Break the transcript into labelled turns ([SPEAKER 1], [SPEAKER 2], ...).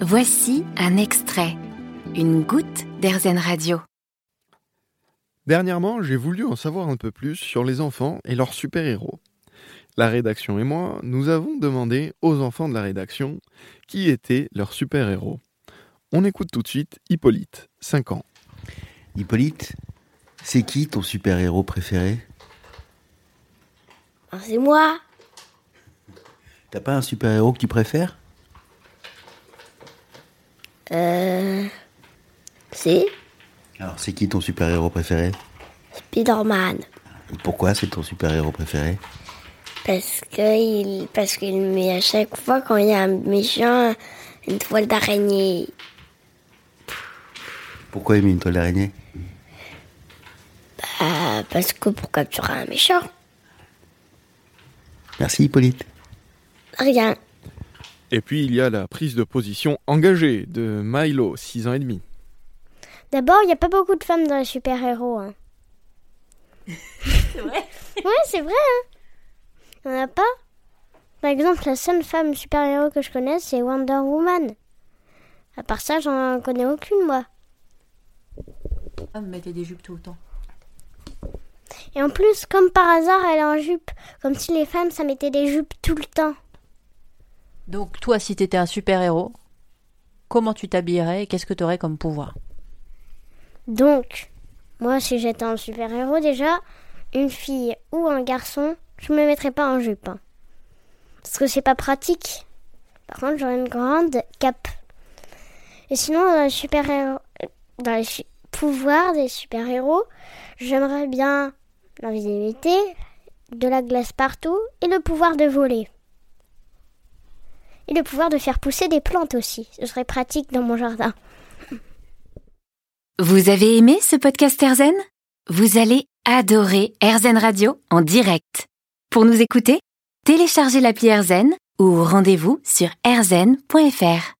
[SPEAKER 1] Voici un extrait, une goutte d'Airzen Radio.
[SPEAKER 2] Dernièrement, j'ai voulu en savoir un peu plus sur les enfants et leurs super-héros. La rédaction et moi, nous avons demandé aux enfants de la rédaction qui étaient leurs super-héros. On écoute tout de suite Hippolyte, 5 ans.
[SPEAKER 3] Hippolyte, c'est qui ton super-héros préféré
[SPEAKER 4] Ah, C'est moi
[SPEAKER 3] T'as pas un super-héros que tu préfères
[SPEAKER 4] Euh. C'est
[SPEAKER 3] Alors, c'est qui ton super-héros préféré
[SPEAKER 4] Spider-Man.
[SPEAKER 3] Et pourquoi c'est ton super-héros préféré
[SPEAKER 4] Parce que il, parce qu'il met à chaque fois quand il y a un méchant une toile d'araignée.
[SPEAKER 3] Pourquoi il met une toile d'araignée
[SPEAKER 4] Ah, parce que pour capturer un méchant,
[SPEAKER 3] Merci Hippolyte.
[SPEAKER 4] rien.
[SPEAKER 2] Et puis il y a la prise de position engagée de Milo, 6 ans et demi.
[SPEAKER 5] D'abord, il n'y a pas beaucoup de femmes dans les super-héros. Hein. c'est vrai Ouais, c'est vrai. Hein. Il n'y en a pas. Par exemple, la seule femme super-héros que je connais, c'est Wonder Woman. À part ça, j'en connais aucune, moi.
[SPEAKER 6] Ah, vous mettez des jupes tout le temps.
[SPEAKER 5] Et en plus, comme par hasard, elle est en jupe. Comme si les femmes, ça mettait des jupes tout le temps.
[SPEAKER 6] Donc, toi, si t'étais un super-héros, comment tu t'habillerais et qu'est-ce que t'aurais comme pouvoir
[SPEAKER 5] Donc, moi, si j'étais un super-héros déjà, une fille ou un garçon, je me mettrais pas en jupe. hein. Parce que c'est pas pratique. Par contre, j'aurais une grande cape. Et sinon, dans les super-héros, dans les su- pouvoirs des super-héros, j'aimerais bien l'invisibilité, de la glace partout et le pouvoir de voler. Et le pouvoir de faire pousser des plantes aussi. Ce serait pratique dans mon jardin.
[SPEAKER 1] Vous avez aimé ce podcast Airzen Vous allez adorer Airzen Radio en direct. Pour nous écouter, téléchargez l'appli Airzen ou rendez-vous sur airzen.fr.